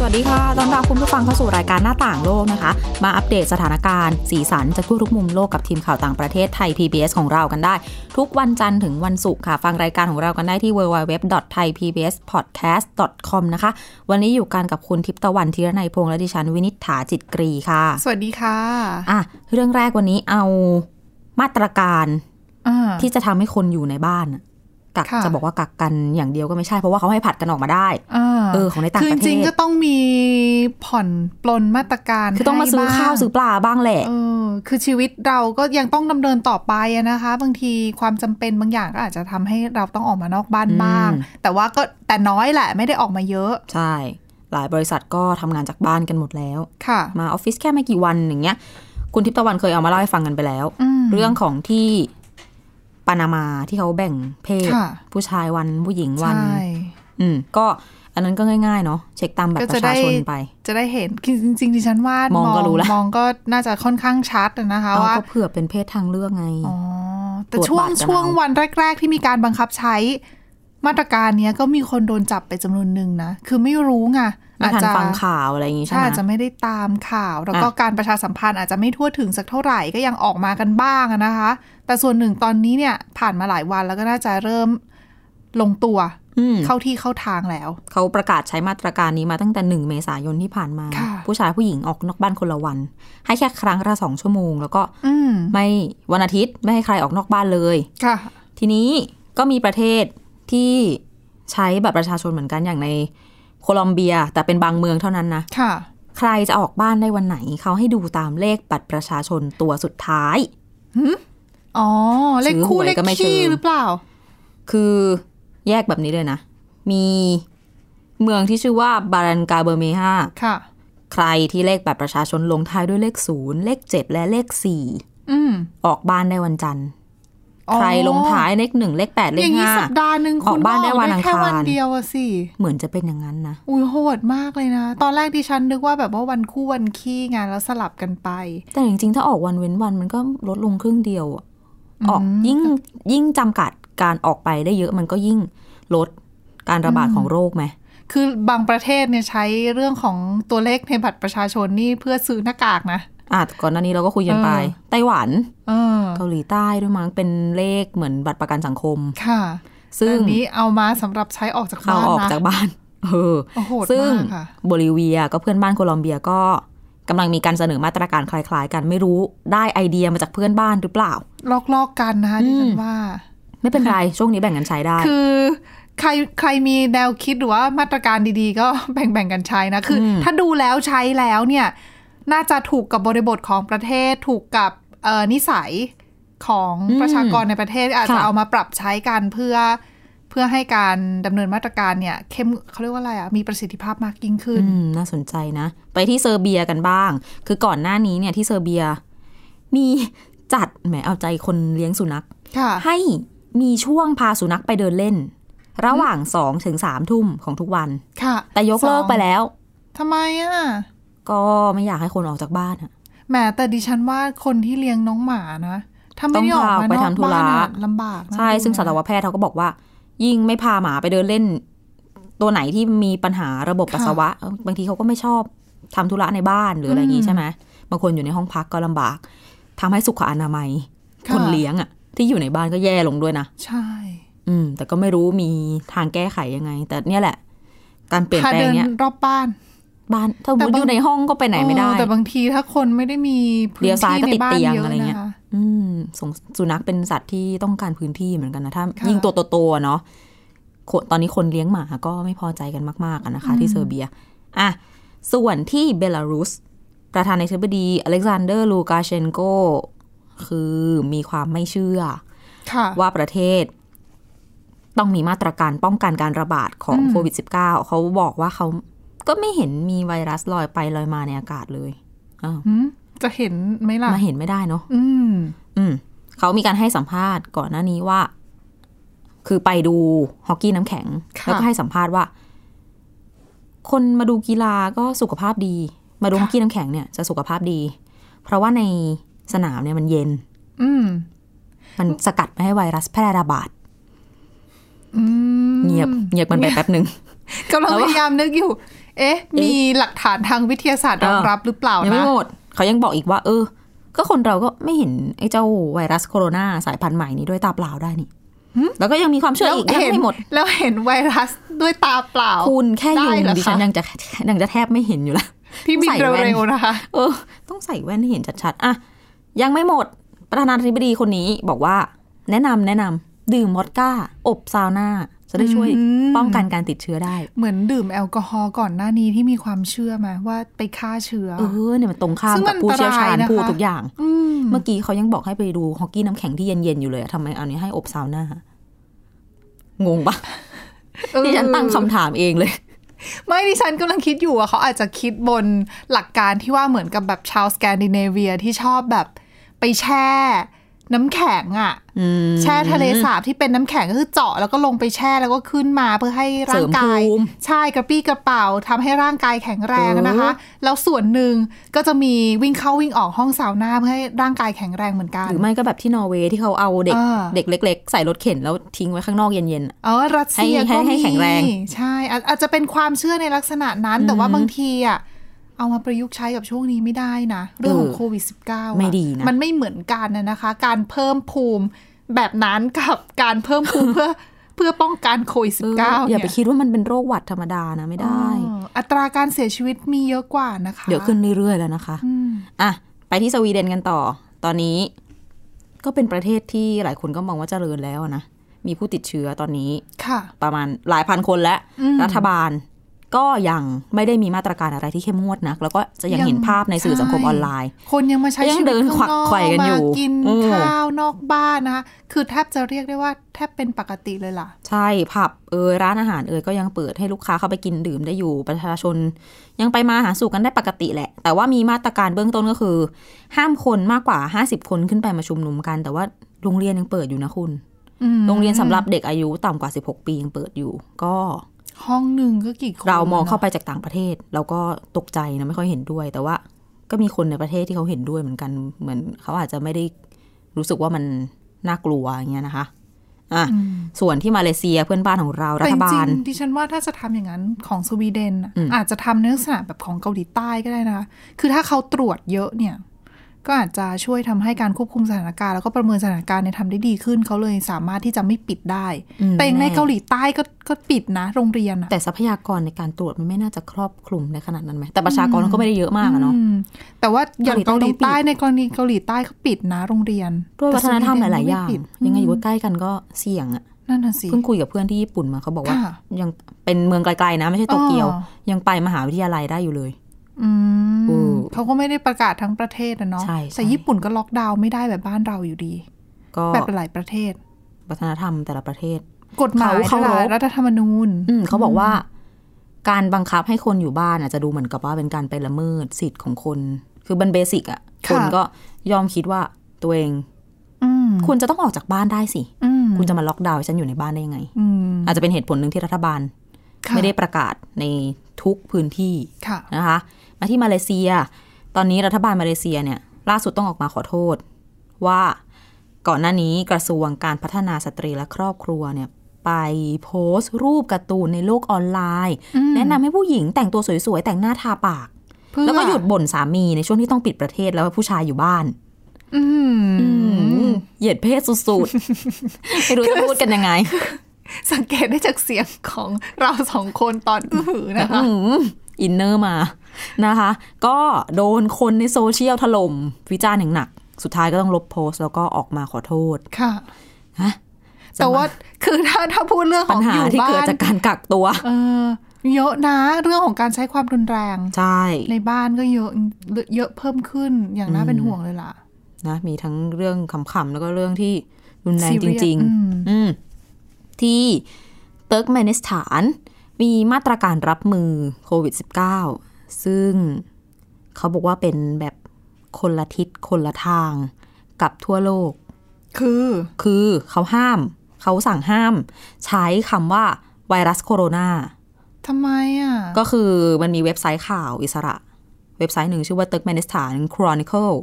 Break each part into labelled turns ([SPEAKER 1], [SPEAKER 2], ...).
[SPEAKER 1] สวัสดีค่ะ ต้อนรับคุณผู้ฟังเข้าสู่รายการหน้าต่างโลกนะคะ มาอัปเดตสถานการณ์ สีสันจากทั่วทุกมุมโลกกับทีมข่าวต่างประเทศไทย PBS ของเรากันได้ ทุกวันจันทร์ถึงวันศุกร์ค่ะ ฟังรายการของเรากันได้ที่ www.thaipbspodcast.com นะคะ วันนี้อยู่กันกับคุณทิพย์ตะวันธีรนัยพงษ์และดิฉันวินิษฐาจิตกรีค่ะ
[SPEAKER 2] สวัสดีค่ะ
[SPEAKER 1] อ่ะ เรื่องแรกวันนี้เอามาตรการ
[SPEAKER 2] อ่า
[SPEAKER 1] ที่จะทำให้คนอยู่ในบ้านน่ะกัก
[SPEAKER 2] ค่ะ
[SPEAKER 1] จะบอกว่ากักกันอย่างเดียวก็ไม่ใช่เพราะว่าเขาให้ผัดกันออกมาได้
[SPEAKER 2] อ่า
[SPEAKER 1] เออของในต่าง
[SPEAKER 2] คือ
[SPEAKER 1] ประเทศ
[SPEAKER 2] จริงๆก็ต้องมีผ่อนปลนมาตรการ
[SPEAKER 1] คือต้องมาซื้อ
[SPEAKER 2] ให้บ้
[SPEAKER 1] ข้าวซื้อปลาบ้างแหละ
[SPEAKER 2] เออคือชีวิตเราก็ยังต้องดำเนินต่อไปอะนะคะ บางทีความจำเป็นบางอย่างก็อาจจะทำให้เราต้องออกมานอกบ้าน
[SPEAKER 1] อืม
[SPEAKER 2] บ้าง แต่ว่าก็แต่น้อยแหละไม่ได้ออกมาเยอะ
[SPEAKER 1] ใช่ หลายบริษัทก็ทำงานจากบ้านกันหมดแล้ว
[SPEAKER 2] ค่ะ
[SPEAKER 1] มาออฟฟิศแค่ไม่กี่วันอย่างเงี้ย คุณทิพย์ตะวันเคยเอามาเล่าให้ฟังกันไปแล้ว
[SPEAKER 2] อืม
[SPEAKER 1] เรื่องของที่ปานามาที่เขาแบ่งเพศ
[SPEAKER 2] ค่ะ
[SPEAKER 1] ผู้ชายวันผู้หญิงวัน
[SPEAKER 2] ใช่
[SPEAKER 1] อืมก็อันนั้นก็ง่ายๆเนาะเช็คตามบัตรประชาชนไป
[SPEAKER 2] จะได้เห็นคือจริงๆดิฉันว่าม
[SPEAKER 1] องก็รู้แล้ว
[SPEAKER 2] มองก็น่าจะค่อนข้างชัดอะนะคะ
[SPEAKER 1] เอา
[SPEAKER 2] ว่า
[SPEAKER 1] ก็เผื่อเป็นเพศทางเลือกไง
[SPEAKER 2] อ๋อ แต่
[SPEAKER 1] ตรวจ
[SPEAKER 2] ช่ว
[SPEAKER 1] บั
[SPEAKER 2] ง
[SPEAKER 1] ตรกัน
[SPEAKER 2] ช่วง
[SPEAKER 1] เอา
[SPEAKER 2] วันแรก ๆ ที่มีการบังคับใช้มาตรการเนี้ยก็มีคนโดนจับไปจำนวนหนึ่งนะ คือไม่รู้ไง
[SPEAKER 1] ไม่
[SPEAKER 2] อาจ
[SPEAKER 1] ทัน
[SPEAKER 2] จะ
[SPEAKER 1] ฟังข่าวอะไรอย่างงี้ใช่
[SPEAKER 2] ใช่
[SPEAKER 1] ไหม
[SPEAKER 2] อาจจะไม่ได้ตามข่าว แล้วก็
[SPEAKER 1] อ่ะ
[SPEAKER 2] การประชาสัมพันธ์อาจจะไม่ทั่วถึงสักเท่าไหร่ก็ยังออกมากันบ้างอะนะคะ แต่ส่วนหนึ่งตอนนี้เนี่ยผ่านมาหลายวันแล้วก็น่าจะเริ่มลงตัว
[SPEAKER 1] อืม
[SPEAKER 2] เข้าที่เข้าทางแล้ว
[SPEAKER 1] เขาประกาศใช้มาตรการนี้มาตั้งแต่หนึ่งเมษายนที่ผ่านมา
[SPEAKER 2] ค่ะ
[SPEAKER 1] ผู้ชายผู้หญิงออกนอกบ้านคนละวัน ให้แค่ครั้งละสองชั่วโมง แล้วก็
[SPEAKER 2] อืม
[SPEAKER 1] ไม่วันอาทิตย์ไม่ให้ใครออกนอกบ้านเลย
[SPEAKER 2] ค่ะ
[SPEAKER 1] ทีนี้ก็มีประเทศที่ใช้บัตรประชาชนเหมือนกันอย่างในโคลอมเบีย แต่เป็นบางเมืองเท่านั้นนะ
[SPEAKER 2] ค่ะ
[SPEAKER 1] ใครจะออกบ้านได้วันไหน เขาให้ดูตามเลขบัตรประชาชนตัวสุดท้าย
[SPEAKER 2] อ๋อ เลข
[SPEAKER 1] ซื้อห
[SPEAKER 2] คู่
[SPEAKER 1] วย
[SPEAKER 2] เลข
[SPEAKER 1] ก็ไม่
[SPEAKER 2] ขี้
[SPEAKER 1] เชิง
[SPEAKER 2] หรือเปล่า
[SPEAKER 1] คือแยกแบบนี้เลยนะ มีเมืองที่ชื่อว่าบารันกาเบอร์เมฮา
[SPEAKER 2] ค่ะ
[SPEAKER 1] ใครที่เลขบัตรประชาชนลงท้ายด้วยเลขศูนย์เลขเจ็ดและเลขสี่
[SPEAKER 2] อืม
[SPEAKER 1] ออกบ้านได้วันจันทร์
[SPEAKER 2] อ๋อ
[SPEAKER 1] ใครลงท้ายเลขหนึ่งเลขแปดเล
[SPEAKER 2] อ
[SPEAKER 1] ข
[SPEAKER 2] ย่างนี้
[SPEAKER 1] ห้า
[SPEAKER 2] สัปดาห์หนึ่ง
[SPEAKER 1] อ
[SPEAKER 2] คุ
[SPEAKER 1] อก
[SPEAKER 2] ณ
[SPEAKER 1] บ้านได้วันอัง
[SPEAKER 2] แค่
[SPEAKER 1] คาร
[SPEAKER 2] วันเดียวอะสิ
[SPEAKER 1] เหมือนจะเป็นอย่างนั้นนะ
[SPEAKER 2] อุ้ยโหดมากเลยนะ ตอนแรกดิฉันนึกว่าแบบว่าวันคู่วันขี้งานแล้วสลับกันไป
[SPEAKER 1] แต่จริงๆ ถ้าออกวันเว้นวันมันก็ลดลงครึ่งเดียวอะ
[SPEAKER 2] อืม
[SPEAKER 1] ออกยิ่งยิ่งจำกัดการออกไปได้เยอะมันก็ยิ่งลดการระบาด
[SPEAKER 2] อืม
[SPEAKER 1] ของโรคไหม
[SPEAKER 2] คือบางประเทศเนี่ยใช้เรื่องของตัวเลขในบัตรประชาชนนี่เพื่อซื้อหน้ากากนะ
[SPEAKER 1] อ่ะก่อนหน้านี้เราก็คุยกันไป
[SPEAKER 2] เออ
[SPEAKER 1] ไต้หวัน
[SPEAKER 2] เออ
[SPEAKER 1] เกาหลีใต้ด้วยมั้งเป็นเลขเหมือนบัตรประกันสังคม
[SPEAKER 2] ค่ะ
[SPEAKER 1] ซึ่ง
[SPEAKER 2] อันนี้เอามาสำหรับใช้ออกจาก
[SPEAKER 1] เขา
[SPEAKER 2] บ้าน
[SPEAKER 1] ออก
[SPEAKER 2] นะ
[SPEAKER 1] จากบ้าน เออ
[SPEAKER 2] โอ้โหด
[SPEAKER 1] ซึ่ง
[SPEAKER 2] มากค่ะ
[SPEAKER 1] โบลิเวียก็เพื่อนบ้านโคลอมเบียก็กำลังมีการเสนอมาตรการคล้ายๆ กันไม่รู้ได้ไอเดียมาจากเพื่อนบ้านหรือเปล่า
[SPEAKER 2] ลอกๆกันนะคะดิฉั
[SPEAKER 1] อื
[SPEAKER 2] น
[SPEAKER 1] ม
[SPEAKER 2] ว่า
[SPEAKER 1] ไม่ เป็นไรช่วงนี้แบ่งกันใช้ได้
[SPEAKER 2] คือใครใครมีแนวคิดหรือว่ามาตรการดีๆ ก็ แบ่งๆกันใช้นะ คืออ
[SPEAKER 1] ม
[SPEAKER 2] ถ้าดูแล้วใช้แล้วเนี่ย น่าจะถูกกับบริบทของประเทศ ถูกกับเอ่อนิสัยของประชากรในประเทศ อาจจะเอามาปรับใช้กันเพื่อเพื่อให้การดำเนินมาตรการเนี่ย เข้มเขาเรียกว่าอะไรอะมีประสิทธิภาพมากยิ่งขึ้น
[SPEAKER 1] อืมน่าสนใจนะ ไปที่เซอร์เบียกันบ้าง คือก่อนหน้านี้เนี่ยที่เซอร์เบีย มีจัดแหมเอาใจคนเลี้ยงสุนัข
[SPEAKER 2] ค่ะ
[SPEAKER 1] ให้มีช่วงพาสุนัขไปเดินเล่น ระหว่างสองถึงสามทุ่มของทุกวัน
[SPEAKER 2] ค่ะ
[SPEAKER 1] แต่ยกเลิกไปแล้ว
[SPEAKER 2] ทำไมอะ
[SPEAKER 1] ก็ไม่อยากให้คนออกจากบ้านอะ
[SPEAKER 2] แหมแต่ดิฉันว่าคนที่เลี้ยงน้องหมานะถ้าไม่ได้
[SPEAKER 1] ต้
[SPEAKER 2] อ
[SPEAKER 1] อง
[SPEAKER 2] อก
[SPEAKER 1] พาออก
[SPEAKER 2] มา
[SPEAKER 1] ไป
[SPEAKER 2] นอก
[SPEAKER 1] ทำธุ
[SPEAKER 2] บ้า
[SPEAKER 1] ระ
[SPEAKER 2] นอะลำบากนะ
[SPEAKER 1] ใช่ซึ่งสัตวแพทย์เขาก็บอกว่า ยิ่งไม่พาหมาไปเดินเล่น ตัวไหนที่มีปัญหาระบบปัสสาวะ บางทีเขาก็ไม่ชอบทำธุระในบ้านหรืออะไรอย่างนี้ใช่ไหมบางคนอยู่ในห้องพักก็ลำบากทำให้สุขอนามัย
[SPEAKER 2] ะ
[SPEAKER 1] คนเลี้ยงอะที่อยู่ในบ้านก็แย่ลงด้วยนะ
[SPEAKER 2] ใช่
[SPEAKER 1] อืม แต่ก็ไม่รู้มีทางแก้ไขยังไง แต่เนี่ยแหละ การเปลี่ยนแปลงเนี้ย
[SPEAKER 2] พาดิรอบบ้าน
[SPEAKER 1] บ้านถ้าสม
[SPEAKER 2] แต่
[SPEAKER 1] มติ
[SPEAKER 2] บาง
[SPEAKER 1] อยู่ในห้องก็ไปไหนไม่ได้
[SPEAKER 2] เออแต่บางทีถ้าคนไม่ได้มีพื้
[SPEAKER 1] เลี้
[SPEAKER 2] น
[SPEAKER 1] ยวซ้าย
[SPEAKER 2] ที่
[SPEAKER 1] ก็
[SPEAKER 2] ใน
[SPEAKER 1] ติด
[SPEAKER 2] บ้าน
[SPEAKER 1] เตียง
[SPEAKER 2] เยอะ
[SPEAKER 1] อะไรเงี้
[SPEAKER 2] นะ
[SPEAKER 1] ย
[SPEAKER 2] คะ
[SPEAKER 1] อืมสงสุนัขเป็นสัตว์ที่ต้องการพื้นที่เหมือนกันนะ ถ้า
[SPEAKER 2] ค่ะ
[SPEAKER 1] ยิ่งตัวโตๆอะเนาะคนตอนนี้คนเลี้ยงหมาก็ไม่พอใจกันมากๆอะนะคะ ที่
[SPEAKER 2] อืม
[SPEAKER 1] เซอร์เบียอ่ะส่วนที่เบลารุส ประธานาธิบดีอเล็กซานเดอร์ลูกาเชนโก คือมีความไม่เชื่อ
[SPEAKER 2] ค่ะ
[SPEAKER 1] ว่าประเทศต้องมีมาตรการป้องกันการระบาดของ
[SPEAKER 2] อืม
[SPEAKER 1] โควิด -19 เขาบอกว่าเขาก็ไม่เห็นมีไวรัสลอยไปลอยมาในอากาศเลยอ้าว
[SPEAKER 2] หืมจะเห็นไหมล่ะ
[SPEAKER 1] มาเห็นไม่ได้เนาะ
[SPEAKER 2] อืม
[SPEAKER 1] อืมเขามีการให้สัมภาษณ์ก่อนหน้านี้ว่า คือไปดูฮอกกี้น้ำแข็ง
[SPEAKER 2] ค่ะ
[SPEAKER 1] แล้วก็ให้สัมภาษณ์ว่า คนมาดูกีฬาก็สุขภาพดี มาดู
[SPEAKER 2] ค่ะ
[SPEAKER 1] ฮอกกี้น้ำแข็งเนี่ยจะสุขภาพดี เพราะว่าในสนามเนี่ยมันเย็น
[SPEAKER 2] อืม
[SPEAKER 1] มันสกัดไม่ให้ไวรัสแพร่ระบาด
[SPEAKER 2] อืม
[SPEAKER 1] เงียบเงียบมันไปแป๊บหนึ่ง
[SPEAKER 2] กำลังพยายามนึกอยู่ เอ๊ะ มีหลักฐานทางวิทยาศาสตร์รอง
[SPEAKER 1] เออ
[SPEAKER 2] รับหรือเปล่า
[SPEAKER 1] ยัง
[SPEAKER 2] นะ
[SPEAKER 1] ไม่หมดเขายังบอกอีกว่า เออ ก็คนเราก็ไม่เห็นไอ้เจ้าไวรัสโคโรนาสายพันธุ์ใหม่นี้ด้วยตาเปล่าได้นี่แล้วก็ยังมีความเชื่ออีกยังไม่หมด
[SPEAKER 2] แล้วเห็นไวรัสด้วยตาเปล่า
[SPEAKER 1] คุณแค่ยุง
[SPEAKER 2] ได้เหรอคะ
[SPEAKER 1] ดิฉันยังจะยังจะแทบไม่เห็นอยู่ละ
[SPEAKER 2] พี่บิน
[SPEAKER 1] ใส่แว่น
[SPEAKER 2] เร็วๆนะคะ
[SPEAKER 1] เออ ต้องใส่แว่นให้เห็นชัดๆ อ่ะ ยังไม่หมด ประธานาธิบดีคนนี้บอกว่า แนะนำแนะนำดื่มมอดก้า อบซาวน่า จะได้ช่วย
[SPEAKER 2] อืม
[SPEAKER 1] ป้องกันการติดเชื้อได้
[SPEAKER 2] เหมือนดื่มแอลกอฮอล์ก่อนหน้านี้ที่มีความเชื่อมาว่าไปฆ่าเชื้อ
[SPEAKER 1] เออเนี่ยมันตรงข้าม
[SPEAKER 2] ซึ่งมั
[SPEAKER 1] กับ
[SPEAKER 2] น
[SPEAKER 1] ผู้เชี่ยวชาญ
[SPEAKER 2] อันตรายนะคะ
[SPEAKER 1] พูดทุกอย่าง
[SPEAKER 2] ม
[SPEAKER 1] เมื่อกี้เขายังบอกให้ไปดูฮอกกี้น้ำแข็งที่เย็นๆอยู่เลยอะทำไมเอานี้ให้อบซาวน่างงปะ
[SPEAKER 2] เออ
[SPEAKER 1] ที่ฉันตั้งคำถามเองเลย
[SPEAKER 2] ไม่ดิฉันกำลังคิดอยู่อะเขาอาจจะคิดบนหลักการที่ว่าเหมือนกับแบบชาวสแกนดิเนเวียที่ชอบแบบไปแช่ น้ำแข็งอะ
[SPEAKER 1] อืม
[SPEAKER 2] แช่ทะเลสาบที่เป็นน้ำแข็งก็คือเจาะแล้วก็ลงไปแช่แล้วก็ขึ้นมาเพื่อให้
[SPEAKER 1] เสริ
[SPEAKER 2] ร่าง
[SPEAKER 1] ม
[SPEAKER 2] กา
[SPEAKER 1] ภู
[SPEAKER 2] ย
[SPEAKER 1] มิ
[SPEAKER 2] ใช่กระปี้กระเป๋าทำให้ร่างกายแข็งแรง
[SPEAKER 1] เออ
[SPEAKER 2] นะคะ แล้วส่วนหนึ่งก็จะมีวิ่งเข้าวิ่งออกห้องสาวน่าเพื่อให้ร่างกายแข็งแรงเหมือนกัน
[SPEAKER 1] หรือไม่ก็แบบที่นอร์เวย์ที่เขาเอาเด็ก
[SPEAKER 2] อ่า
[SPEAKER 1] เด็กเล็ก ๆ ใส่รถเข็นแล้วทิ้งไว้ข้างนอกเย็นๆอะ
[SPEAKER 2] เออรัสเซีย
[SPEAKER 1] ให้
[SPEAKER 2] ก็
[SPEAKER 1] ให้ให้
[SPEAKER 2] มี
[SPEAKER 1] แข็งแรง
[SPEAKER 2] ใช่อาจอาจจะเป็นความเชื่อในลักษณะนั้น แต่ว่าบางทีอ่ะเอามาประยุกต์ใช้กับช่วงนี้ไม่ได้นะ เรื่องของ
[SPEAKER 1] เออ
[SPEAKER 2] โควิด -19 อะ
[SPEAKER 1] ไม่ดีนะ
[SPEAKER 2] มันไม่เหมือนกันนะนะคะ การเพิ่มภูมิแบบนั้น กับการเพิ่มภูมิเพื่อเพื่อป้องกันโควิด
[SPEAKER 1] เออ
[SPEAKER 2] -19 เนี่
[SPEAKER 1] อย่าย ไปคิดว่ามันเป็นโรคหวัดธรรมดานะไม่ได้
[SPEAKER 2] อ๋ออัตราการเสียชีวิตมีเยอะกว่านะคะ
[SPEAKER 1] เดี๋ยวขึ้นเรื่อยๆแล้วนะคะ
[SPEAKER 2] อืม
[SPEAKER 1] อ่ะ ไปที่สวีเดนกันต่อ ตอนนี้ก็เป็นประเทศที่หลายคนก็มองว่าเจริญแล้วอะนะ มีผู้ติดเชื้อตอนนี้
[SPEAKER 2] ค่ะ
[SPEAKER 1] ประมาณหลายพันคนแล้ว
[SPEAKER 2] อืม
[SPEAKER 1] รัฐบาลก็ยังไม่ได้มีมาตรการอะไรที่เข้มงวดนัก แล้วก็จะยัง
[SPEAKER 2] ยัง
[SPEAKER 1] เห็นภาพในสื่อสังคม
[SPEAKER 2] ใช่
[SPEAKER 1] ออนไลน์
[SPEAKER 2] คนยังมาใช้
[SPEAKER 1] ยัง
[SPEAKER 2] ชีวิต
[SPEAKER 1] เดิน
[SPEAKER 2] ข้าง
[SPEAKER 1] ขวัก
[SPEAKER 2] นอก
[SPEAKER 1] ไขว่กันอยู่
[SPEAKER 2] มากิน
[SPEAKER 1] อืม
[SPEAKER 2] ข้าวนอกบ้านนะคะ คือแทบจะเรียกได้ว่าแทบเป็นปกติเลยล่ะ
[SPEAKER 1] ใช่ผับเอยร้านอาหารเอยก็ยังเปิดให้ลูกค้าเข้าไปกินดื่มได้อยู่ประชาชน ยังไปมาหาสู่กันได้ปกติแหละ แต่ว่ามีมาตรการเบื้องต้นก็คือ ห้ามคนมากกว่า 50 คนขึ้นไปมาชุมนุมกัน แต่ว่าโรงเรียนยังเปิดอยู่นะคุณ
[SPEAKER 2] อืม
[SPEAKER 1] โรงเรียนสำหรับเด็กอายุต่ำกว่า 16 ปียังเปิดอยู่ ก็
[SPEAKER 2] ห้องหนึ่งก็กี่คน
[SPEAKER 1] เรามองเข้า
[SPEAKER 2] นะ
[SPEAKER 1] ไปจากต่างประเทศเราก็ตกใจนะไม่ค่อยเห็นด้วย แต่ว่าก็มีคนในประเทศที่เขาเห็นด้วยเหมือนกันเหมือนเขาอาจจะไม่ได้รู้สึกว่ามันน่ากลัวอย่างเงี้ยนะคะอ่ะ
[SPEAKER 2] อืม
[SPEAKER 1] ส่วนที่มาเลเซียเพื่อนบ้านของเรารั
[SPEAKER 2] แต่
[SPEAKER 1] ฐบา
[SPEAKER 2] จริ
[SPEAKER 1] ล
[SPEAKER 2] งๆดิฉันว่าถ้าจะทำอย่างนั้นของสวีเดนน่ะ
[SPEAKER 1] อืม
[SPEAKER 2] อาจจะทำในลักษณะแบบของเกาหลีใต้ก็ได้นะคะคือถ้าเขาตรวจเยอะเนี่ย ก็อาจจะช่วยทำให้การควบคุมสถานการณ์แล้วก็ประเมินสถานการณ์เนี่ยทำได้ดีขึ้นเขาเลยสามารถที่จะไม่ปิดได้
[SPEAKER 1] อืม
[SPEAKER 2] แต่อย่างใน
[SPEAKER 1] ม่
[SPEAKER 2] เกาหลีใต้ก็ก็ปิดนะ โรงเรียนอะ
[SPEAKER 1] แต่ทรัพยากรในการตรวจมันไม่น่าจะครอบคลุมในขนาดนั้นไหมแต่ประชากรก็ไม่ได้เยอะมากอะเนาะ
[SPEAKER 2] อืมแต่ว่าอย่างเกา
[SPEAKER 1] เกา
[SPEAKER 2] ห
[SPEAKER 1] หลี
[SPEAKER 2] ลี
[SPEAKER 1] ใต้ต้อง
[SPEAKER 2] ใต้
[SPEAKER 1] ปิด
[SPEAKER 2] ในกรณีเกาหลีใต้เขาปิดนะ โรงเรียน
[SPEAKER 1] ด้วยวัฒนธรรมหลาย ๆ อย่าง
[SPEAKER 2] แต่สวีเดนไม่ปิด
[SPEAKER 1] ยังไงอยู่ใกล้ๆกันก็เสี่ยงอะ
[SPEAKER 2] นั่นน่ะสิ
[SPEAKER 1] เพิ่งคุยกับเพื่อนที่ญี่ปุ่นมาเขาบอกว่า
[SPEAKER 2] ค่ะ
[SPEAKER 1] ยังเป็นเมืองไกล ๆ นะไม่ใช่โตเกียว
[SPEAKER 2] อ๋อ
[SPEAKER 1] ยังไปมหาวิทยาลัยได้อยู่เลย
[SPEAKER 2] อื
[SPEAKER 1] อื
[SPEAKER 2] ม
[SPEAKER 1] ม
[SPEAKER 2] เขาก็ไม่ได้ประกาศทั้งประเทศนะเนาะ
[SPEAKER 1] ใช่ใช่
[SPEAKER 2] แต่ญี่ปุ่นก็ล็อกดาวน์ไม่ได้แบบบ้านเราอยู่ดี
[SPEAKER 1] ก็
[SPEAKER 2] แบบหลายประเทศ
[SPEAKER 1] วัฒนธรรมแต่ละประเทศ
[SPEAKER 2] กฎหมาย
[SPEAKER 1] เขาเคารพ
[SPEAKER 2] ด้วยล่ะรัฐธรรมนูญ
[SPEAKER 1] อืมเขาบอกว่าการบังคับให้คนอยู่บ้านอาจจะดูเหมือนกับว่าเป็นการไปละเมิดสิทธิ์ของคน คือบันเบสิกอะค
[SPEAKER 2] ค่ะ
[SPEAKER 1] นก็ยอมคิดว่าตัวเอง
[SPEAKER 2] อืม
[SPEAKER 1] คุณจะต้องออกจากบ้านได้สิ
[SPEAKER 2] อืม
[SPEAKER 1] คุณจะมาล็อกดาวน์ให้ฉันอยู่ในบ้านได้ยังไง
[SPEAKER 2] อืม
[SPEAKER 1] อาจจะเป็นเหตุผลหนึ่งที่รัฐบาล
[SPEAKER 2] ค่ะ
[SPEAKER 1] ไม่ได้ประกาศในทุกพื้นที่
[SPEAKER 2] ค่ะ
[SPEAKER 1] นะคะ มาที่มาเลเซีย ตอนนี้รัฐบาลมาเลเซียเนี่ย ล่าสุดต้องออกมาขอโทษ ว่าก่อนหน้านี้กระทรวงการพัฒนาสตรีและครอบครัวเนี่ย ไปโพสต์รูปการ์ตูนในโลกออนไลน์
[SPEAKER 2] อืม
[SPEAKER 1] แนะนำให้ผู้หญิงแต่งตัวสวยๆ แต่งหน้าทาปาก
[SPEAKER 2] เพื่อ
[SPEAKER 1] แล้วก็หยุดบ่นสามีในช่วงที่ต้องปิดประเทศแล้วว่าผู้ชายอยู่บ้าน
[SPEAKER 2] อืม
[SPEAKER 1] เหยียดเพศสุดๆ ไม่รู้จะพูดกันยังไง
[SPEAKER 2] สังเกตได้จากเสียงของเราสองคนตอนอื้อหือนะคะ
[SPEAKER 1] อืมอินเนอร์มา นะคะ ก็โดนคนในโซเชียลถล่มวิจารณ์อย่างหนัก สุดท้ายก็ต้องลบโพสต์แล้วก็ออกมาขอโทษ
[SPEAKER 2] ค่ะ
[SPEAKER 1] ฮะ
[SPEAKER 2] แต่ว่าคือถ้าถ้าพูดเรื่องข
[SPEAKER 1] ปั
[SPEAKER 2] อ
[SPEAKER 1] ญ
[SPEAKER 2] ง
[SPEAKER 1] หา
[SPEAKER 2] อยู่
[SPEAKER 1] ที่
[SPEAKER 2] บ้า
[SPEAKER 1] เกิด
[SPEAKER 2] น
[SPEAKER 1] จากการกักตัว
[SPEAKER 2] เออเยอะนะ เรื่องของการใช้ความรุนแรง
[SPEAKER 1] ใช่
[SPEAKER 2] ในบ้านก็เยอะเยอะเพิ่มขึ้นอย่างน่าเป็นห่วงเลยล่ะ
[SPEAKER 1] นะมีทั้งเรื่องขำๆ แล้วก็เรื่องที่รุนแรงจ
[SPEAKER 2] Serious
[SPEAKER 1] ริง
[SPEAKER 2] อืม
[SPEAKER 1] ๆ อืมที่เติร์กเมนิสถาน มีมาตรการรับมือโควิด -19 ซึ่งเขาบอกว่าเป็นแบบคนละทิศคนละทางกับทั่วโลก
[SPEAKER 2] คือ
[SPEAKER 1] คือเขาห้าม เขาสั่งห้าม ใช้คำว่าไวรัสโคโรนา
[SPEAKER 2] ทำไมอ่ะ
[SPEAKER 1] ก็คือมันมีเว็บไซต์ข่าวอิสระ เว็บไซต์หนึ่งชื่อว่าตึกเมนิสถาน Chronicle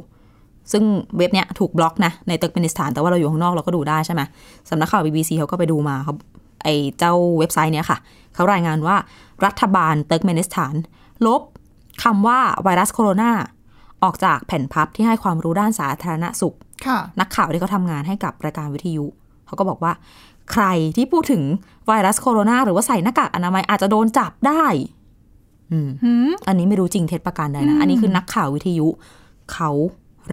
[SPEAKER 1] ซึ่งเว็บเนี้ยถูกบล็อกนะ ในตึกเมนิสถานแต่ว่าเราอยู่ข้างนอกเราก็ดูได้ใช่ไหมสำนักข่าว BBC เขาก็ไปดูมาเขาไอเจ้าเว็บไซต์เนี้ยค่ะ เขารายงานว่ารัฐบาลตึกเมนิสถาน ลบคำว่าไวรัสโคโรนาออกจากแผ่นพับที่ให้ความรู้ด้านสาธารณสุข
[SPEAKER 2] ค่ะ
[SPEAKER 1] นักข่าวที่เขาทำงานให้กับรายการวิทยุ เขาก็บอกว่า ใครที่พูดถึงไวรัสโคโรนาหรือว่าใส่หน้ากากอนามัยอาจจะโดนจับได้ อืม
[SPEAKER 2] หืม
[SPEAKER 1] อันนี้ไม่รู้จริงเท็จประการใดนะ
[SPEAKER 2] อืม
[SPEAKER 1] อันนี้คือนักข่าววิทยุ เขา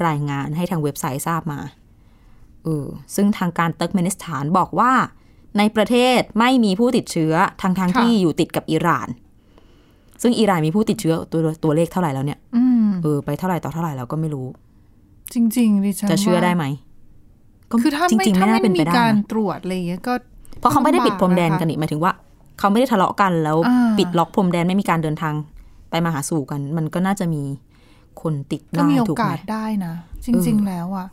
[SPEAKER 1] รายงานให้ทางเว็บไซต์ทราบมา เออ ซึ่งทางการเติร์กเมนิสถานบอกว่า ในประเทศไม่มีผู้ติดเชื้อทางทางๆที่อยู่ติดกับอิหร่าน ซึ่งอิหร่านมีผู้ติดเชื้อตัวตัวเลขเท่าไหร่แล้วเนี่ย
[SPEAKER 2] อืม
[SPEAKER 1] เออ ไปเท่าไหร่ต่อเท่าไหร่เราก็ไม่รู้
[SPEAKER 2] จริงๆดิฉัน
[SPEAKER 1] จะเชื่อ
[SPEAKER 2] ว่า
[SPEAKER 1] ได้ไหมก็
[SPEAKER 2] คือถ้า
[SPEAKER 1] จ
[SPEAKER 2] ไม่
[SPEAKER 1] ริงๆ
[SPEAKER 2] ถ้า
[SPEAKER 1] ไม่น่าเป็
[SPEAKER 2] ไม่
[SPEAKER 1] นไป
[SPEAKER 2] มี
[SPEAKER 1] ได้
[SPEAKER 2] การ
[SPEAKER 1] นะ
[SPEAKER 2] ตรวจอะไรอย่างเงี้ยก็
[SPEAKER 1] เพราะเขาไม่ได้ปิดพรมแดน
[SPEAKER 2] ลำบากนะคะ
[SPEAKER 1] กันนี่หมายถึงว่า เขาไม่ได้ทะเลาะกันแล้ว
[SPEAKER 2] อ่า
[SPEAKER 1] ปิดล็อกพรมแดนไม่มีการเดินทางไปมาหาสู่กัน มันก็น่าจะมีคนติด
[SPEAKER 2] ก็
[SPEAKER 1] ได้
[SPEAKER 2] มีโอ
[SPEAKER 1] ถูกไห
[SPEAKER 2] กาม สได้นะ จ
[SPEAKER 1] เอ
[SPEAKER 2] ริง
[SPEAKER 1] อ
[SPEAKER 2] ๆ แล้วอ่ะ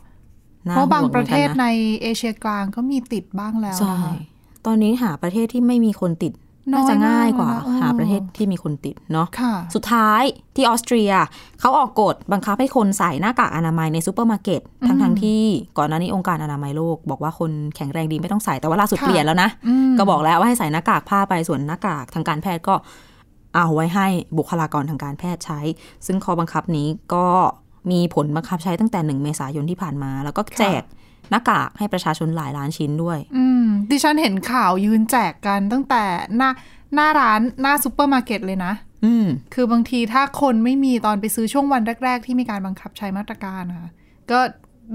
[SPEAKER 1] น่
[SPEAKER 2] เพราะบาง
[SPEAKER 1] ห่วงห
[SPEAKER 2] ป
[SPEAKER 1] มือ
[SPEAKER 2] ระ
[SPEAKER 1] น
[SPEAKER 2] เท
[SPEAKER 1] กัน
[SPEAKER 2] ศ
[SPEAKER 1] น
[SPEAKER 2] ในเอเชียกลางก็มีติดบ้างแล้ว
[SPEAKER 1] ใช่
[SPEAKER 2] นะคะ
[SPEAKER 1] ตอนนี้หาประเทศที่ไม่มีคนติด
[SPEAKER 2] น้อย
[SPEAKER 1] น่าจะง่ายกว่า
[SPEAKER 2] มากเลยนะ
[SPEAKER 1] หาประเทศที่มีคนติดเนาะ
[SPEAKER 2] ค่ะ
[SPEAKER 1] สุดท้ายที่ออสเตรีย เขาออกกฎบังคับให้คนใส่หน้ากากอนามัยในซูเปอร์มาร์เก็ตทั้งทงๆที่ก่อนหน้านี้องค์การอนามัยโลก บอกว่าคนแข็งแรงดีไม่ต้องใส่แต่ว่าล่าสุด
[SPEAKER 2] ค่ะ
[SPEAKER 1] เปลี่ยนแล้วนะ
[SPEAKER 2] อืม
[SPEAKER 1] ก็บอกแล้วว่าให้ใส่หน้ากากผ้าไปส่วนหน้ากากทางการแพทย์ก็เอาไว้ให้บุคลากรทางการแพทย์ใช้ ซึ่งข้อบังคับนี้ก็มีผลบังคับใช้ตั้งแต่ 1 เมษายนที่ผ่านมา แล้วก็แจกหน้ากากให้ประชาชนหลายล้านชิ้นด้วย
[SPEAKER 2] อืม ดิฉันเห็นข่าวยืนแจกกันตั้งแต่หน้าหน้าร้านหน้าซูเปอร์มาร์เก็ตเลยนะ
[SPEAKER 1] อืม
[SPEAKER 2] คือบางทีถ้าคนไม่มีตอนไปซื้อช่วงวันแรก ๆ ที่มีการบังคับใช้มาตรการค่ะ ก็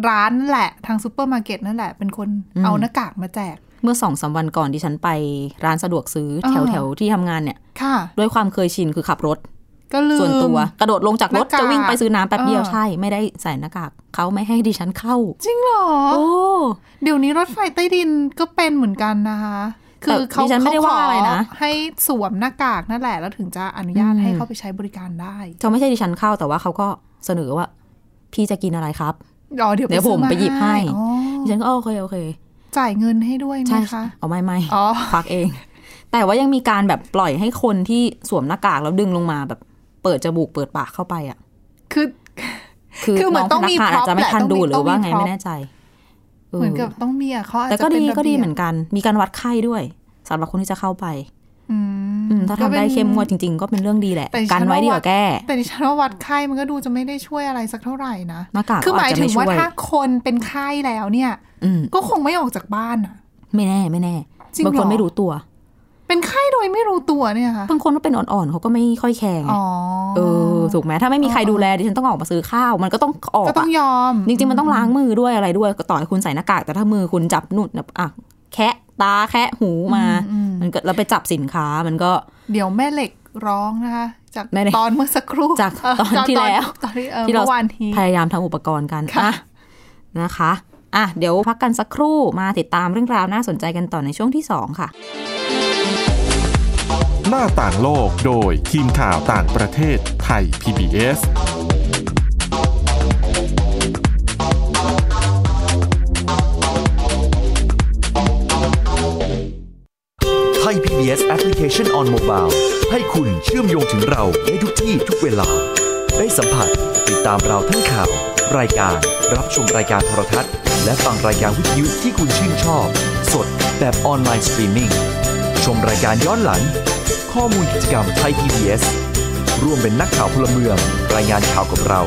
[SPEAKER 2] ร้านนั่นแหละทางซูเปอร์มาร์เก็ตนั่นแหละ เป็นคน
[SPEAKER 1] อืม
[SPEAKER 2] เอาหน้ากากมาแจก
[SPEAKER 1] เมื่อสองสาวันก่อนดิฉันไปร้านสะดวกซื้อแถว
[SPEAKER 2] อ่า
[SPEAKER 1] แถวที่ทำงานเนี่ย
[SPEAKER 2] ค่ะ
[SPEAKER 1] ด้วยความเคยชินคือขับรถ
[SPEAKER 2] ก็ลืม
[SPEAKER 1] ส่วนตัวกระโดดลงจากรถ
[SPEAKER 2] หน้ากาก
[SPEAKER 1] จะวิ่งไปซื้อน้ำแป๊บเดียว
[SPEAKER 2] เออ
[SPEAKER 1] ใช่ไม่ได้ใส่หน้ากากเขาไม่ให้ดิฉันเข้า
[SPEAKER 2] จริงเหรอ
[SPEAKER 1] โอ้
[SPEAKER 2] เดี๋ยวนี้รถไฟใต้ดินก็เป็นเหมือนกันนะคะ คื
[SPEAKER 1] แต่
[SPEAKER 2] อเขา
[SPEAKER 1] ดิฉันไม่ได้
[SPEAKER 2] เขข
[SPEAKER 1] ว่าอะไรนะ
[SPEAKER 2] ให้สวมหน้ากากนั่นแหละ แล้วถึงจะอนุญาต
[SPEAKER 1] อืม
[SPEAKER 2] ให้เข้าไปใช้บริการได้
[SPEAKER 1] เขาไม่ใช่ดิฉันเข้าแต่ว่าเขาก็เสนอว่า พี่จะกินอะไรครับ
[SPEAKER 2] อ๋อเดี๋ยว
[SPEAKER 1] เดี๋ยวผ
[SPEAKER 2] ซื้อ
[SPEAKER 1] มไปหยิบให้
[SPEAKER 2] อ๋อ
[SPEAKER 1] ดิฉันก็โอเคโอเค
[SPEAKER 2] จ่ายเงินให้ด้วยไหม
[SPEAKER 1] ใช่
[SPEAKER 2] คะ
[SPEAKER 1] เอาไม่ไม่
[SPEAKER 2] อ๋อ
[SPEAKER 1] ควักเอง แต่ว่ายังมีการแบบปล่อยให้คนที่สวมหน้ากากแล้วดึงลงมาแบบเปิดจมูกเปิดปากเข้าไปอ่ะ
[SPEAKER 2] คือ
[SPEAKER 1] คือ
[SPEAKER 2] คือเหมื
[SPEAKER 1] น้
[SPEAKER 2] อน
[SPEAKER 1] อง
[SPEAKER 2] ต้
[SPEAKER 1] พ
[SPEAKER 2] อง
[SPEAKER 1] นัก
[SPEAKER 2] มี
[SPEAKER 1] งานอาจจะไม่ทันดูห
[SPEAKER 2] prop แหละ
[SPEAKER 1] รือว่าไง
[SPEAKER 2] ต้อง
[SPEAKER 1] ไม่
[SPEAKER 2] มี prop
[SPEAKER 1] แน่ใจเออ
[SPEAKER 2] เหมือนกับต้องมีอ่ะเขาอาจ
[SPEAKER 1] แต่
[SPEAKER 2] จะ
[SPEAKER 1] ก็
[SPEAKER 2] เป็
[SPEAKER 1] ดี
[SPEAKER 2] นระบียบ
[SPEAKER 1] ก็ดีเหมือนกัน มีการวัดไข้ด้วยสำหรับคนที่จะเข้าไป
[SPEAKER 2] อื
[SPEAKER 1] อืมถ้าทำได้
[SPEAKER 2] ก็ป็น
[SPEAKER 1] เข้มงวดจริง ๆ ก็เป็นเรื่องดีแหละ
[SPEAKER 2] แต่ดิฉัน
[SPEAKER 1] การไว้ดีก
[SPEAKER 2] ว่า
[SPEAKER 1] ว่าแก้
[SPEAKER 2] แต่ดิฉันว่าวัดไข้มันก็ดูจะไม่ได้ช่วยอะไรสักเท่าไหร่นะ
[SPEAKER 1] หน้ากาก
[SPEAKER 2] คือห
[SPEAKER 1] ก็
[SPEAKER 2] มา
[SPEAKER 1] อาจ
[SPEAKER 2] ย
[SPEAKER 1] จะไม่
[SPEAKER 2] ถึง
[SPEAKER 1] ช่ว
[SPEAKER 2] ว่าถ้าย คนเป็นไข้แล้วเนี่ย
[SPEAKER 1] อืม
[SPEAKER 2] ก็คงไม่ออกจากบ้านอ่ะ
[SPEAKER 1] ไม่แน่ไม่แน่
[SPEAKER 2] จริงเหรอ
[SPEAKER 1] บางคนไม่รู้ตัว
[SPEAKER 2] เป็นไข้โดยไม่รู้ตัวเนี่ยค่ะ
[SPEAKER 1] บางคนก็เป็นอ่อนๆเขาก็ไม่ค่อยแคร์ไง
[SPEAKER 2] อ๋อ
[SPEAKER 1] เออถูกไหมถ้าไม่มีใคร
[SPEAKER 2] อ๋อ
[SPEAKER 1] ดูแลดิฉันต้องออกมาซื้อข้าว มันก็ต้องออก
[SPEAKER 2] ก็ต้อ
[SPEAKER 1] อะ
[SPEAKER 2] งยอม
[SPEAKER 1] จริงๆมันต้องล้างมือด้วยอะไรด้วยก็ต่อให้คุณใส่หน้ากาก แต่ถ้ามือคุณจับนุ่นแบบอ่ะแคะตาแคะหูมา
[SPEAKER 2] อืมอืม
[SPEAKER 1] มันก็แล้วไปจับสินค้ามันก็
[SPEAKER 2] เดี๋ยวแม่เหล็กร้องนะคะ จาก
[SPEAKER 1] แม่เหล็ก
[SPEAKER 2] ตอนเมื่อสักครู่
[SPEAKER 1] จาก
[SPEAKER 2] เออ
[SPEAKER 1] ตอนที่แล้ว
[SPEAKER 2] ตอนที่เออ
[SPEAKER 1] ที่เรา
[SPEAKER 2] เมื่อวานที
[SPEAKER 1] พยายามทำอุปกรณ์กัน
[SPEAKER 2] ค่ะ
[SPEAKER 1] อ่ะนะคะอ่ะเดี๋ยวพักกันสักครู่มาติดตามเรื่องราวน่าสนใจกันต่อในช่วงที่สองค่ะ
[SPEAKER 3] หน้าต่างโลกโดยทีมข่าวต่างประเทศไทย PBS
[SPEAKER 4] ไทย PBS Application on Mobile ให้คุณเชื่อมโยงถึงเราในทุกที่ทุกเวลา ได้สัมผัสติดตามเราทั้งข่าว รายการ รับชมรายการโทรทัศน์ และฟังรายการวิทยุที่คุณชื่นชอบ สดแบบออนไลน์สตรีมมิ่งชมรายการย้อนหลัง ข้อมูลกิจกรรมไทย PBS ร่วมเป็นนักข่าวพลเมือง รายงานข่าวกับเรา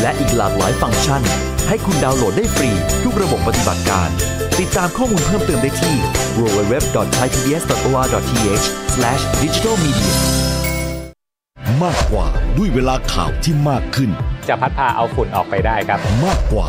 [SPEAKER 4] และอีกหลากหลายฟังก์ชัน ให้คุณดาวน์โหลดได้ฟรี ทุกระบบปฏิบัติการ ติดตามข้อมูลเพิ่มเติมได้ที่ www.thaipbs.or.th/digitalmedia
[SPEAKER 5] มากกว่าด้วยเวลาข่าวที่มากขึ้น
[SPEAKER 6] จะพัดพาเอาฝุ่นออกไปได้ครับ
[SPEAKER 5] มากกว่า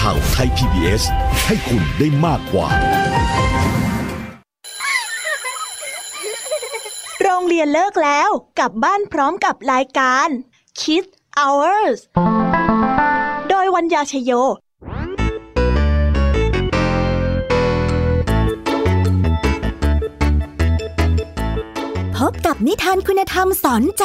[SPEAKER 5] ข่าวไทย PBS ให้คุณได้มากกว่า
[SPEAKER 7] โรงเรียนเลิกแล้วกลับบ้านพร้อมกับรายการ Kids hours โดยวัญญาชยโย
[SPEAKER 8] พบกับนิทานคุณธรรมสอนใจ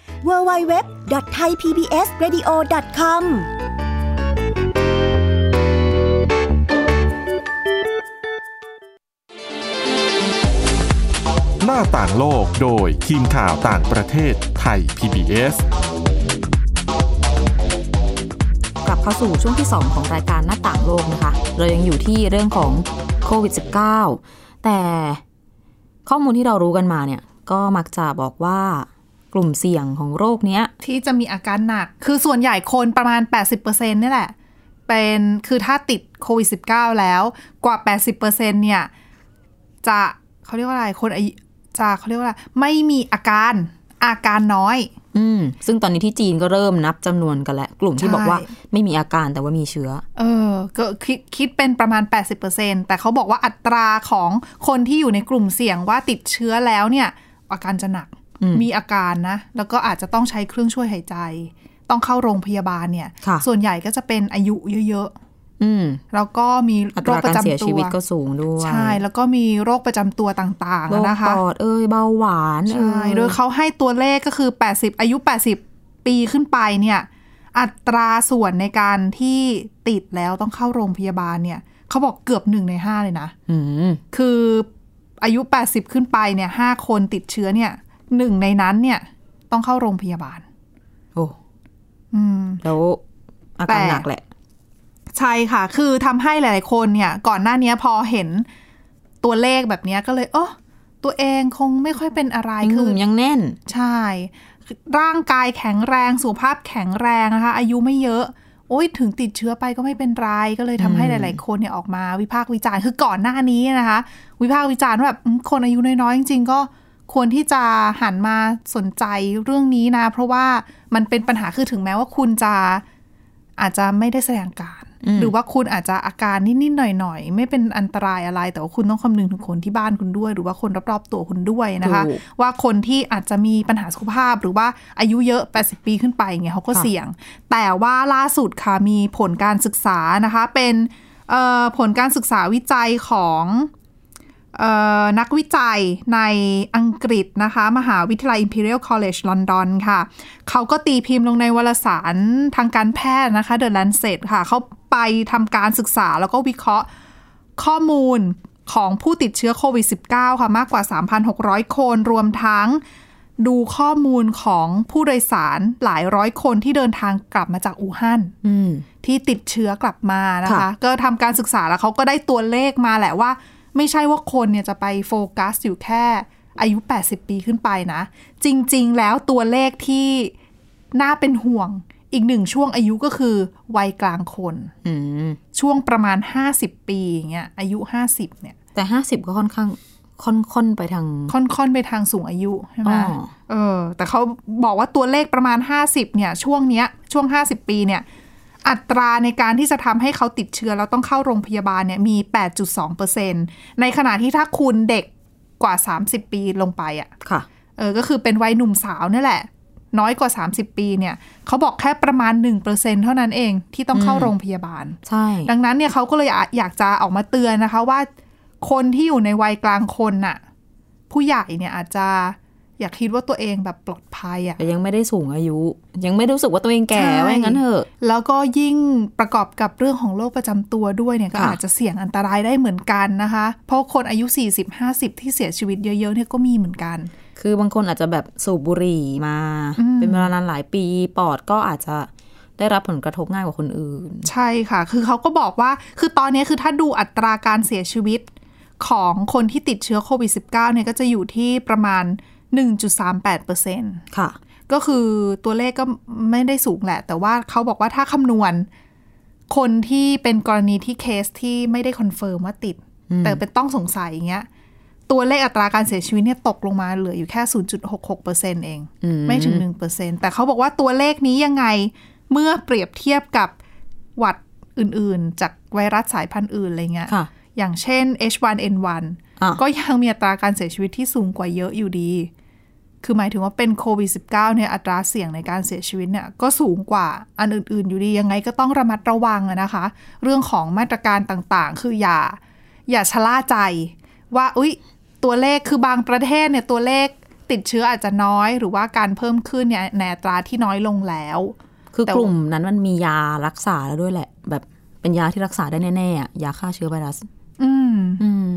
[SPEAKER 8] www.thaipbsradio.com
[SPEAKER 3] หน้าต่างโลกโดยทีมข่าวต่างประเทศไทย PBS
[SPEAKER 1] กลับเข้าสู่ช่วงที่ 2 ของรายการหน้าต่างโลกนะคะ เรายังอยู่ที่เรื่องของโควิด -19 แต่ข้อมูลที่เรารู้กันมาเนี่ย ก็มักจะบอกว่ากลุ่มเสี่ยงของโรคเนี้ย
[SPEAKER 2] ที่จะมีอาการหนัก คือส่วนใหญ่คนประมาณ 80%เนี่ยแหละ เป็น คือถ้าติดโควิด -19 แล้วกว่า 80%เนี่ย จะเขาเรียกว่าอะไร คนอายุจะเขาเรียกว่าอะไร ไม่มีอาการ อาการน้อย
[SPEAKER 1] อืม ซึ่งตอนนี้ที่จีนก็เริ่มนับจำนวนกันแล้ว กลุ่มที่
[SPEAKER 2] ใช่
[SPEAKER 1] บอกว่าไม่มีอาการแต่ว่ามีเชื้อ
[SPEAKER 2] เออก็คิดคิดเป็นประมาณ 80%แต่เขาบอกว่าอัตราของคนที่อยู่ในกลุ่มเสี่ยงว่าติดเชื้อแล้วเนี่ย อาการจะหนัก
[SPEAKER 1] อืม
[SPEAKER 2] มีอาการนะ แล้วก็อาจจะต้องใช้เครื่องช่วยหายใจ ต้องเข้าโรงพยาบาลเนี่ย
[SPEAKER 1] ค่ะ
[SPEAKER 2] ส่วนใหญ่ก็จะเป็นอายุเยอะ
[SPEAKER 1] อืม
[SPEAKER 2] ๆ แล้วก็มี
[SPEAKER 1] อัต
[SPEAKER 2] โรค
[SPEAKER 1] รา
[SPEAKER 2] ป
[SPEAKER 1] การ
[SPEAKER 2] ระ
[SPEAKER 1] เสีย
[SPEAKER 2] จำตั
[SPEAKER 1] ชี
[SPEAKER 2] ว
[SPEAKER 1] วิตก็สูงด้วย
[SPEAKER 2] ใช่ แล้วก็มีโรคประจำตัวต่าง
[SPEAKER 1] โร
[SPEAKER 2] ๆ
[SPEAKER 1] ค
[SPEAKER 2] นะคะ
[SPEAKER 1] ปอดเอ้ยเบาหวานเอ้
[SPEAKER 2] ใช่ โดย
[SPEAKER 1] ย
[SPEAKER 2] เขาให้ตัวเลขก็คือ 80 อายุ 80 ปีขึ้นไปเนี่ย อัตราส่วนในการที่ติดแล้วต้องเข้าโรงพยาบาลเนี่ย เขาบอกเกือบหนึ่งในห้าเลยนะ
[SPEAKER 1] อืม
[SPEAKER 2] คืออายุ 80 ขึ้นไปเนี่ยห้าคนติดเชื้อเนี่ยหนึ่งในนั้นเนี่ย ต้องเข้าโรงพยาบาล
[SPEAKER 1] โอ้
[SPEAKER 2] อืม
[SPEAKER 1] แล้วอาการหนักแหละ
[SPEAKER 2] ใช่ค่ะ คือทำให้หลาย ๆ คนเนี่ย ก่อนหน้านี้พอเห็นตัวเลขแบบเนี้ยก็เลยโอ้ตัวเองคงไม่ค่อยเป็นอะไร
[SPEAKER 1] ห
[SPEAKER 2] คื
[SPEAKER 1] นุ่มยังแน่น
[SPEAKER 2] ใช่ ร่างกายแข็งแรง สุขภาพแข็งแรงนะคะ อายุไม่เยอะ โอ้ยถึงติดเชื้อไปก็ไม่เป็นไร ก็เลยทำให้
[SPEAKER 1] อืม
[SPEAKER 2] หลาย ๆ คนเนี่ยออกมาวิพากษ์วิจารณ์ คือก่อนหน้านี้นะคะ วิพากษ์วิจารณ์ว่าแบบอืมคนอายุน้อยๆจริง ๆ ก็ควรที่จะหันมาสนใจเรื่องนี้นะ เพราะว่ามันเป็นปัญหาคือถึงแม้ว่าคุณจะอาจจะไม่ได้แสดงอาการ หรือว่าคุณอาจจะอาการนิด ๆ หน่อย ๆ ไม่เป็นอันตรายอะไร แต่ว่าคุณต้องคำนึงถึงคนที่บ้านคุณด้วย หรือว่าคนรอบๆตัวคุณด้วยนะคะ
[SPEAKER 1] ถูก
[SPEAKER 2] ว่าคนที่อาจจะมีปัญหาสุขภาพหรือว่าอายุเยอะ 80 ปีขึ้นไปอย่างเงี้ยเขาก็
[SPEAKER 1] ค่ะ
[SPEAKER 2] เสี่ยง แต่ว่าล่าสุดค่ะ มีผลการศึกษานะคะ เป็นเอ่อผลการศึกษาวิจัยของเอ่อนักวิจัยในอังกฤษนะคะ มหาวิทยาลัย Imperial College London ค่ะ เขาก็ตีพิมพ์ลงในวารสารทางการแพทย์นะคะ The Lancet ค่ะ เขาไปทำการศึกษาแล้วก็วิเคราะห์ ข้อมูลของผู้ติดเชื้อโควิด -19 ค่ะมากกว่า 3,600 คน รวมทั้งดูข้อมูลของผู้โดยสารหลายร้อยคนที่เดินทางกลับมาจากอู่ฮั่น
[SPEAKER 1] อืม
[SPEAKER 2] ที่ติดเชื้อกลับมานะคะ
[SPEAKER 1] ค่ะ
[SPEAKER 2] ก็ทำการศึกษาแล้วเขาก็ได้ตัวเลขมาแหละว่า ไม่ใช่ว่าคนเนี่ยจะไปโฟกัสอยู่แค่อายุ 80 ปีขึ้นไปนะ จริงๆแล้วตัวเลขที่น่าเป็นห่วงอีกหนึ่งช่วงอายุก็คือวัยกลางคน
[SPEAKER 1] อืม
[SPEAKER 2] ช่วงประมาณ 50 ปีอย่างเงี้ยอายุ 50เนี่ย
[SPEAKER 1] แต่ห้าสิบก็ค่อนข้างค่อนค่อนไปทาง
[SPEAKER 2] ค่อนๆไปทางสูงอายุใช่ไหม
[SPEAKER 1] อ๋อ
[SPEAKER 2] เออแต่เขาบอกว่าตัวเลขประมาณ 50เนี่ยช่วงเนี้ยช่วง 50 ปีเนี่ยอัตราในการที่จะทำให้เขาติดเชื้อแล้วต้องเข้าโรงพยาบาลเนี่ยมี 8.2%ในขณะที่ถ้าคุณเด็กกว่า 30 ปีลงไปอ่ะ
[SPEAKER 1] ค่ะ
[SPEAKER 2] เออ ก็คือเป็นวัยหนุ่มสาวนี่แหละ น้อยกว่า 30 ปีเนี่ยเขาบอกแค่ประมาณ 1%เท่านั้นเองที่ต้องเข้าโรงพยาบาล
[SPEAKER 1] ใช่
[SPEAKER 2] ดังนั้นเนี่ยเขาก็เลยอะอยากจะออกมาเตือนนะคะว่า คนที่อยู่ในวัยกลางคนน่ะ ผู้ใหญ่เนี่ยอาจจะอยากคิดว่าตัวเองแบบปลอดภัยอะ
[SPEAKER 1] แต่ยังไม่ได้สูงอายุ ยังไม่รู้สึกว่าตัวเองแก่ว่าอย่างนั้นเถอะ
[SPEAKER 2] แล้วก็ยิ่งประกอบกับเรื่องของโรคประจำตัวด้วยเนี่ยก็
[SPEAKER 1] ค่ะ
[SPEAKER 2] อาจจะเสี่ยงอันตรายได้เหมือนกันนะคะ เพราะคนอายุ 40-50 ที่เสียชีวิตเยอะๆเนี่ยก็มีเหมือนกัน
[SPEAKER 1] คือบางคนอาจจะแบบสูบบุหรี่มา
[SPEAKER 2] อืม
[SPEAKER 1] เป็นเวลานานหลายปี ปอดก็อาจจะได้รับผลกระทบง่ายกว่าคนอื่น
[SPEAKER 2] ใช่ค่ะ คือเขาก็บอกว่า คือตอนนี้คือถ้าดูอัตราการเสียชีวิตของคนที่ติดเชื้อโควิด -19 เนี่ยก็จะอยู่ที่ประมาณ 1.38%
[SPEAKER 1] ค่ะ
[SPEAKER 2] ก็คือตัวเลขก็ไม่ได้สูงแหละ แต่ว่าเขาบอกว่าถ้าคำนวณ คนที่เป็นกรณีที่เคสที่ไม่ได้คอนเฟิร์มว่าติด
[SPEAKER 1] อืม
[SPEAKER 2] แต่เป็นต้องสงสัยอย่างเงี้ย ตัวเลขอัตราการเสียชีวิตเนี่ยตกลงมาเหลืออยู่แค่ 0.66%เอง
[SPEAKER 1] อื
[SPEAKER 2] ไม่ถึง 1%แต่เขาบอกว่าตัวเลขนี้ยังไงเมื่อเปรียบเทียบกับหวัดอื่นๆ จากไวรัสสายพันธุ์อื่นอะไรเงี้ย
[SPEAKER 1] ค่ะ
[SPEAKER 2] อย่างเช่น H1N1
[SPEAKER 1] อ่ะ
[SPEAKER 2] ก็ยังมีอัตราการเสียชีวิตที่สูงกว่าเยอะอยู่ดี คือหมายถึงว่าเป็นโควิด -19 เนี่ยอัตราเสี่ยงในการเสียชีวิตเนี่ยก็สูงกว่าอันอื่น ๆ อยู่ดี ยังไงก็ต้องระมัดระวังอะนะคะ เรื่องของมาตรการต่างๆ คืออย่า อย่าชะล่าใจ ว่าอุ๊ย ตัวเลขคือบางประเทศเนี่ยตัวเลขติดเชื้ออาจจะน้อยหรือว่าการเพิ่มขึ้นเนี่ยในอัตราที่น้อยลงแล้ว
[SPEAKER 1] คือ
[SPEAKER 2] แต่
[SPEAKER 1] กลุ่มนั้นมันมียารักษาแล้วด้วยแหละ แบบเป็นยาที่รักษาได้แน่ๆอะยาฆ่าเชื้อไวรัส
[SPEAKER 2] อืม
[SPEAKER 1] อืม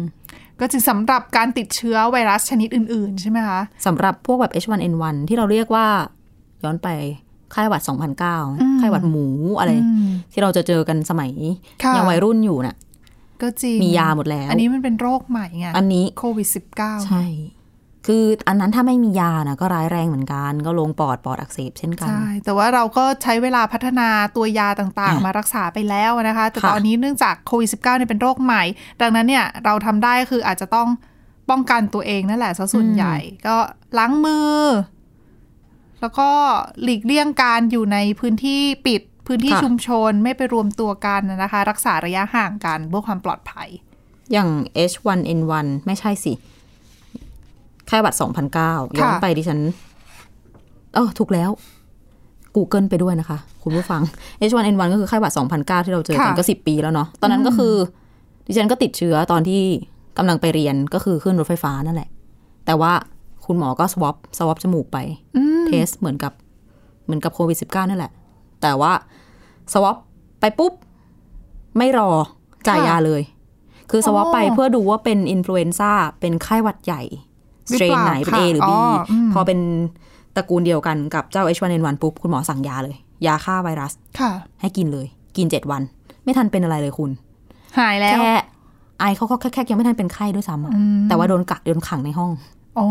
[SPEAKER 2] ก็จะสำหรับการติดเชื้อไวรัสชนิดอื่น ๆ ใช่ไหมคะ
[SPEAKER 1] สำหรับพวกแบบ H1N1 ที่เราเรียกว่าย้อนไปไข้หวัด 2009ไข้หวัดหมูอะไร
[SPEAKER 2] อืม
[SPEAKER 1] ที่เราจะเจอกันสมัย
[SPEAKER 2] ค่ะ
[SPEAKER 1] ยังวัยรุ่นอยู่น่ะ
[SPEAKER 2] ก็จริง
[SPEAKER 1] มียาหมดแล้ว
[SPEAKER 2] อันนี้มันเป็นโรคใหม่ไง
[SPEAKER 1] อันนี้
[SPEAKER 2] โควิด -19
[SPEAKER 1] ใช่ คืออันนั้นถ้าไม่มียานะก็ร้ายแรงเหมือนกัน ก็ลงปอดปอดอักเสบเช่นกัน
[SPEAKER 2] ใช่ แต่ว่าเราก็ใช้เวลาพัฒนาตัวยาต่างๆ
[SPEAKER 1] อ่ะ
[SPEAKER 2] มารักษาไปแล้วนะคะ แต่
[SPEAKER 1] ค่ะ
[SPEAKER 2] ตอนนี้เนื่องจากโควิด -19 เนี่ยเป็นโรคใหม่ ดังนั้นเนี่ยเราทำได้คืออาจจะต้องป้องกันตัวเองนั่นแหละซะส่วน
[SPEAKER 1] อืม
[SPEAKER 2] ใหญ่ ก็ล้างมือ แล้วก็หลีกเลี่ยงการอยู่ในพื้นที่ปิดพื้นที่ชุมชนไม่ไปรวมตัวกันนะคะ รักษาระยะห่างกันเพื่อความปลอดภัย
[SPEAKER 1] อย่าง H1N1 ไม่ใช่สิ ไข้หวัด 2009 ย้อนไปดิฉัน เออถูกแล้ว Google ไปด้วยนะคะ คุณผู้ฟัง H1N1 ก็คือไข้หวัด 2009 ที่เราเจอกัน
[SPEAKER 2] ค่ะ
[SPEAKER 1] ก็ 10 ปีแล้วเนาะ ตอนนั้นก็คือ ดิฉันก็ติดเชื้อตอนที่กำลังไปเรียนก็คือขึ้นรถไฟฟ้านั่นแหละ แต่ว่าคุณหมอก็สวอปสวอปจมูกไป เทสเหมือนกับเหมือนกับโควิด -19 นั่นแหละ แต่ว่าสวอปไปปุ๊บ ไม่รอจ่าย
[SPEAKER 2] ค่ะ
[SPEAKER 1] ยาเลย คือสวอป
[SPEAKER 2] อ๋อ
[SPEAKER 1] ไปเพื่อดูว่าเป็นอินฟลูเอนซ่าเป็นไข้หวัดใหญ่
[SPEAKER 2] หรื
[SPEAKER 1] ส
[SPEAKER 2] อ
[SPEAKER 1] เตรน
[SPEAKER 2] เปล่า
[SPEAKER 1] ไหนเป็น
[SPEAKER 2] ค่ะ
[SPEAKER 1] A หรือ B
[SPEAKER 2] ออืม
[SPEAKER 1] พอเป็นตระกูลเดียวกันกับเจ้า H1N1 ปุ๊บ คุณหมอสั่งยาเลย ยาฆ่าไวรัส
[SPEAKER 2] ค่ะ
[SPEAKER 1] ให้กินเลย กิน 7 วัน ไม่ทันเป็นอะไรเลยคุณ
[SPEAKER 2] หายแล้ว
[SPEAKER 1] แค่ไอเขาก็แค่ๆยังไม่ทันเป็นไข้ด้วยซ้ำอะ
[SPEAKER 2] อืม
[SPEAKER 1] แต่ว่าโดนกักโดนขังในห้อง
[SPEAKER 2] อ๋อ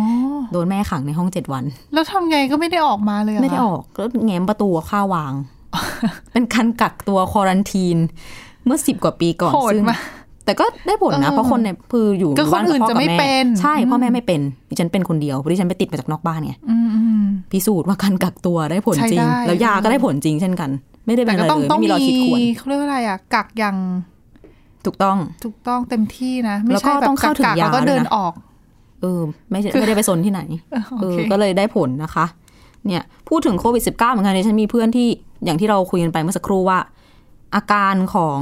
[SPEAKER 1] โดนแม่ขังในห้องเจ็ดวัน
[SPEAKER 2] แล้วทำไงก็ไม่ได้ออกมาเลยเหร
[SPEAKER 1] ไม่ได้ออกก็แง้มประตูเอาข้าววาง เป็นการกักตัวควอรันทีน เมื่อสิบกว่าปีก่อน
[SPEAKER 2] โหด
[SPEAKER 1] ซึ่ง
[SPEAKER 2] มาก
[SPEAKER 1] แต่ก็ได้ผลนะ
[SPEAKER 2] เออ
[SPEAKER 1] เพราะคนเนี่ยคืออยู่
[SPEAKER 2] ก็คนอื่น
[SPEAKER 1] บ้า
[SPEAKER 2] จะ
[SPEAKER 1] กับพ่กับ
[SPEAKER 2] ไม่
[SPEAKER 1] แ
[SPEAKER 2] เป็น
[SPEAKER 1] ใช่พ่อแม่ไม่เป็นดิฉันเป็นคนเดียวดิฉันไปติดมาจากนอกบ้านไง
[SPEAKER 2] อืม
[SPEAKER 1] พิสูจน์ว่าการกักตัวได้ผล
[SPEAKER 2] ใช้
[SPEAKER 1] จริง
[SPEAKER 2] ได้
[SPEAKER 1] แล้วยาก็ได้ผลจริงเช่นกัน ไม่ได้เป็
[SPEAKER 2] แต่
[SPEAKER 1] นอะ
[SPEAKER 2] ก็
[SPEAKER 1] ไร
[SPEAKER 2] ต้อง
[SPEAKER 1] เลย
[SPEAKER 2] ต้อง
[SPEAKER 1] ไม่มีรอยขีดข่วน
[SPEAKER 2] เขาเรียกว่าอะไรอ่ะ กักอย่าง
[SPEAKER 1] ถูกต้อง
[SPEAKER 2] ถูกต้องเต็มที่นะ ไม่
[SPEAKER 1] แล้วก็
[SPEAKER 2] ใช่แบบ
[SPEAKER 1] ต้องเข้าถึง
[SPEAKER 2] กักๆแล้วก็
[SPEAKER 1] ยาด้วยนะ
[SPEAKER 2] เดินออก
[SPEAKER 1] เออไม่ใช่ไม่ได้ไปสนที่ไหน
[SPEAKER 2] โอ
[SPEAKER 1] เออ
[SPEAKER 2] เค
[SPEAKER 1] ก็เลยได้ผลนะคะ เนี่ยพูดถึงโควิด -19 เหมือนกันเนี่ยฉันมีเพื่อนที่อย่างที่เราคุยกันไปเมื่อสักครู่ว่า อาการของ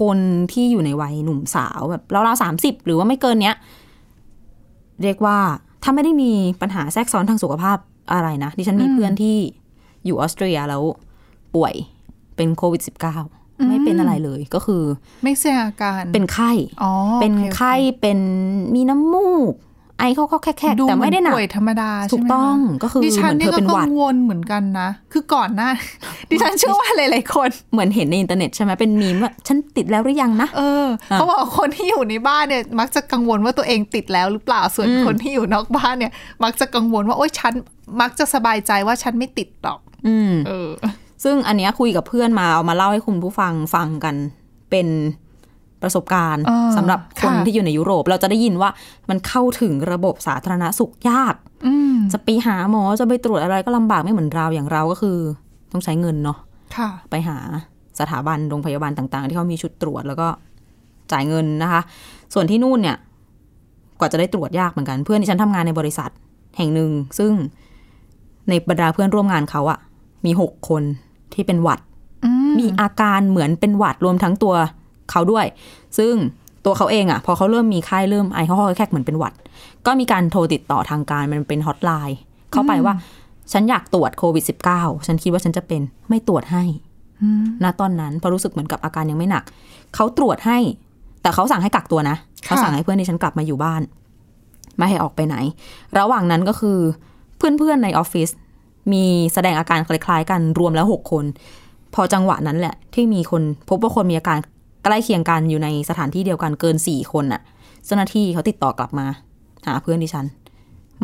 [SPEAKER 1] คนที่อยู่ในวัยหนุ่มสาวแบบราวๆสามสิบหรือว่าไม่เกินเนี้ย เรียกว่าถ้าไม่ได้มีปัญหาแทรกซ้อนทางสุขภาพอะไรนะ ดิฉันมีเพื่อนที่อยู่ออสเตรียแล้วป่วยเป็นโควิด -19 ไม่เป็นอะไรเลยก็คือ
[SPEAKER 2] ไม่แสดงอาการ
[SPEAKER 1] เป็นไข้
[SPEAKER 2] อ๋อ
[SPEAKER 1] เป็น
[SPEAKER 2] โอ
[SPEAKER 1] ไข้เป็นมีน้ำมูก ไอเขาก็แค่
[SPEAKER 2] โอ
[SPEAKER 1] แค่
[SPEAKER 2] เคดู
[SPEAKER 1] แต่
[SPEAKER 2] เหมื
[SPEAKER 1] ไม่
[SPEAKER 2] อน
[SPEAKER 1] ได้หนัก
[SPEAKER 2] ป่วยธรรมดา
[SPEAKER 1] ถูก
[SPEAKER 2] ใช่ไหมคะ
[SPEAKER 1] ต้องก็คือ
[SPEAKER 2] ดิฉัน
[SPEAKER 1] เหมือน
[SPEAKER 2] เนี่
[SPEAKER 1] เธ
[SPEAKER 2] ย
[SPEAKER 1] อ
[SPEAKER 2] ก็
[SPEAKER 1] เป็นหวั
[SPEAKER 2] กั
[SPEAKER 1] ด
[SPEAKER 2] งวลเหมือนกันนะ คือก่อนหน้า ดิฉันเชื่อว่าหลายๆคน
[SPEAKER 1] เหมือนเห็นในอินเทอร์เน็ตใช่ไหมเป็นมีมว่าฉันติดแล้วหรือยังนะ
[SPEAKER 2] เออเขาบอกว่าคนที่อยู่ในบ้านเนี่ย มักจะกังวลว่าตัวเองติดแล้วหรือเปล่าส่วน
[SPEAKER 1] อืม
[SPEAKER 2] คนที่อยู่นอกบ้านเนี่ย มักจะกังวลว่าโอ๊ยฉันมักจะสบายใจว่าฉันไม่ติดหรอก
[SPEAKER 1] อืม
[SPEAKER 2] เออ
[SPEAKER 1] ซึ่งอันเนี้ยคุยกับเพื่อนมาเอามาเล่าให้คุณผู้ฟังฟังกันเป็นประสบการณ์
[SPEAKER 2] เออ
[SPEAKER 1] สำหรับคน
[SPEAKER 2] ค่ะ
[SPEAKER 1] ที่อยู่ในยุโรป เราจะได้ยินว่ามันเข้าถึงระบบสาธารณสุขยาก
[SPEAKER 2] อืม
[SPEAKER 1] จะไปหาหมอจะไปตรวจอะไรก็ลำบากไม่เหมือนเราอย่างเราก็คือ ต้องใช้เงินเนาะ
[SPEAKER 2] ค่ะ
[SPEAKER 1] ไปหาสถาบันโรงพยาบาลต่าง ๆ ที่เขามีชุดตรวจแล้วก็จ่ายเงินนะคะ ส่วนที่นู่นเนี่ย กว่าจะได้ตรวจยากเหมือนกัน เพื่อนที่ฉันทำงานในบริษัทแห่งหนึ่ง ซึ่งในบรรดาเพื่อนร่วมงานเขาอะมีหกคนที่เป็นหวัด
[SPEAKER 2] อืม
[SPEAKER 1] มีอาการเหมือนเป็นหวัดรวมทั้งตัวเขาด้วย ซึ่งตัวเขาเองอะพอเขาเริ่มมีไข้เริ่มไอเขาก็แค่เหมือนเป็นหวัด ก็มีการโทรติดต่อทางการมันเป็นฮอตไลน์เข้าไปว่า ฉันอยากตรวจโควิด -19 ฉันคิดว่าฉันจะเป็นไม่ตรวจให้ ณตอนนั้นเพราะรู้สึกเหมือนกับอาการยังไม่หนัก เขาตรวจให้ แต่เขาสั่งให้กักตัวนะ
[SPEAKER 2] ค่ะ
[SPEAKER 1] เขาสั่งให้เพื่อนที่ฉันกลับมาอยู่บ้าน ไม่ให้ออกไปไหน ระหว่างนั้นก็คือเพื่อนๆในออฟฟิศมีแสดงอาการคล้ายๆ กันรวมแล้วหกคน พอจังหวะนั้นแหละ ที่มีคนพบว่าคนมีอาการใกล้เคียงกันอยู่ในสถานที่เดียวกันเกินสี่คนน่ะเจ้าหน้าที่เขาติดต่อกลับมา หาเพื่อนดิฉัน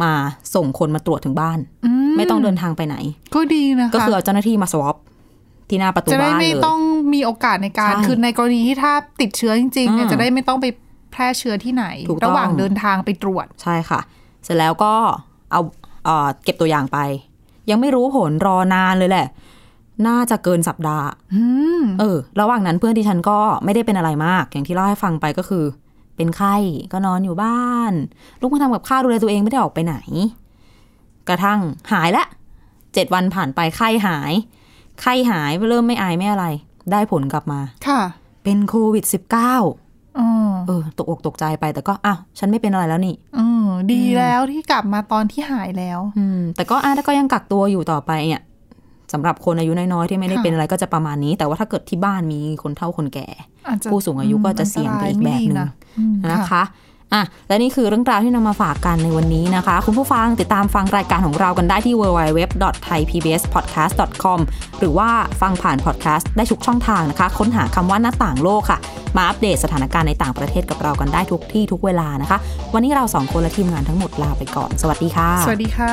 [SPEAKER 1] มาส่งคนมาตรวจถึงบ้าน
[SPEAKER 2] อื
[SPEAKER 1] ไม่ต้องเดินทางไปไหน
[SPEAKER 2] ก็ดีนะคะ
[SPEAKER 1] ก็คือเอาเจ้าหน้าที่มาสวอปที่หน้าประตู
[SPEAKER 2] จะได้
[SPEAKER 1] บ้าน
[SPEAKER 2] ไม่
[SPEAKER 1] เลย
[SPEAKER 2] ต้อง มีโอกาสในการ
[SPEAKER 1] ใช่
[SPEAKER 2] คือในกรณีที่ถ้าติดเชื้อจริงๆเนี่ย
[SPEAKER 1] อืม
[SPEAKER 2] จะได้ไม่ต้องไปแพร่เชื้อที่ไหน
[SPEAKER 1] ถูกต้อง
[SPEAKER 2] ระหว่างเดินทางไปตรวจ
[SPEAKER 1] ใช่ค่ะ เสร็จแล้วก็เอาเอ่อเก็บตัวอย่างไป ยังไม่รู้ผลรอนานเลยแหละ น่าจะเกินสัปดาห์
[SPEAKER 2] อืม
[SPEAKER 1] เออ ระหว่างนั้นเพื่อนดิฉันก็ไม่ได้เป็นอะไรมาก อย่างที่เล่าให้ฟังไปก็คือ เป็นไข้ ก็นอนอยู่บ้าน ลุกมาทำกับข้าวดูแลตัวเองไม่ได้ออกไปไหน กระทั่งหายละเจ็ดวันผ่านไปไข้หาย ไข้หายเริ่มไม่อายไม่อะไร ได้ผลกลับมา
[SPEAKER 2] ค่ะ
[SPEAKER 1] เป็นโควิด -19 เ
[SPEAKER 2] อ๋อ
[SPEAKER 1] ออ ตกอกตกใจไปแต่ก็อ้าวฉันไม่เป็นอะไรแล้วนี่
[SPEAKER 2] เออดีแล้วที่กลับมาตอนที่หายแล้ว
[SPEAKER 1] อืมแต่ก็อาก็ยังกักตัวอยู่ต่อไปเนี่ยสำหรับคนอายุน้อยๆที่ไม่ได้
[SPEAKER 2] ค่ะ
[SPEAKER 1] เป็นอะไรก็จะประมาณนี้ แต่ว่าถ้าเกิดที่บ้านมีคนเฒ่าคนแก่
[SPEAKER 2] อาจจะ
[SPEAKER 1] ผู้สูงอายุก็จะเสี่ยงไปอีกแบบหนึ่ง
[SPEAKER 2] อัตรายไม่ดีะอืม
[SPEAKER 1] นะคะอ่ะและนี่คือเรื่องราวที่นำมาฝากกันในวันนี้นะคะ คุณผู้ฟังติดตามฟังรายการของเรากันได้ที่ www.thaipbspodcast.com หรือว่าฟังผ่านพอดแคสต์ได้ทุกช่องทางนะคะ ค้นหาคำว่าหน้าต่างโลกค่ะ มาอัปเดตสถานการณ์ในต่างประเทศกับเรากันได้ทุกที่ทุกเวลานะคะ วันนี้เราสองคนและทีมงานทั้งหมดลาไปก่อน สวัสดีค่ะ
[SPEAKER 2] สวัสดีค่ะ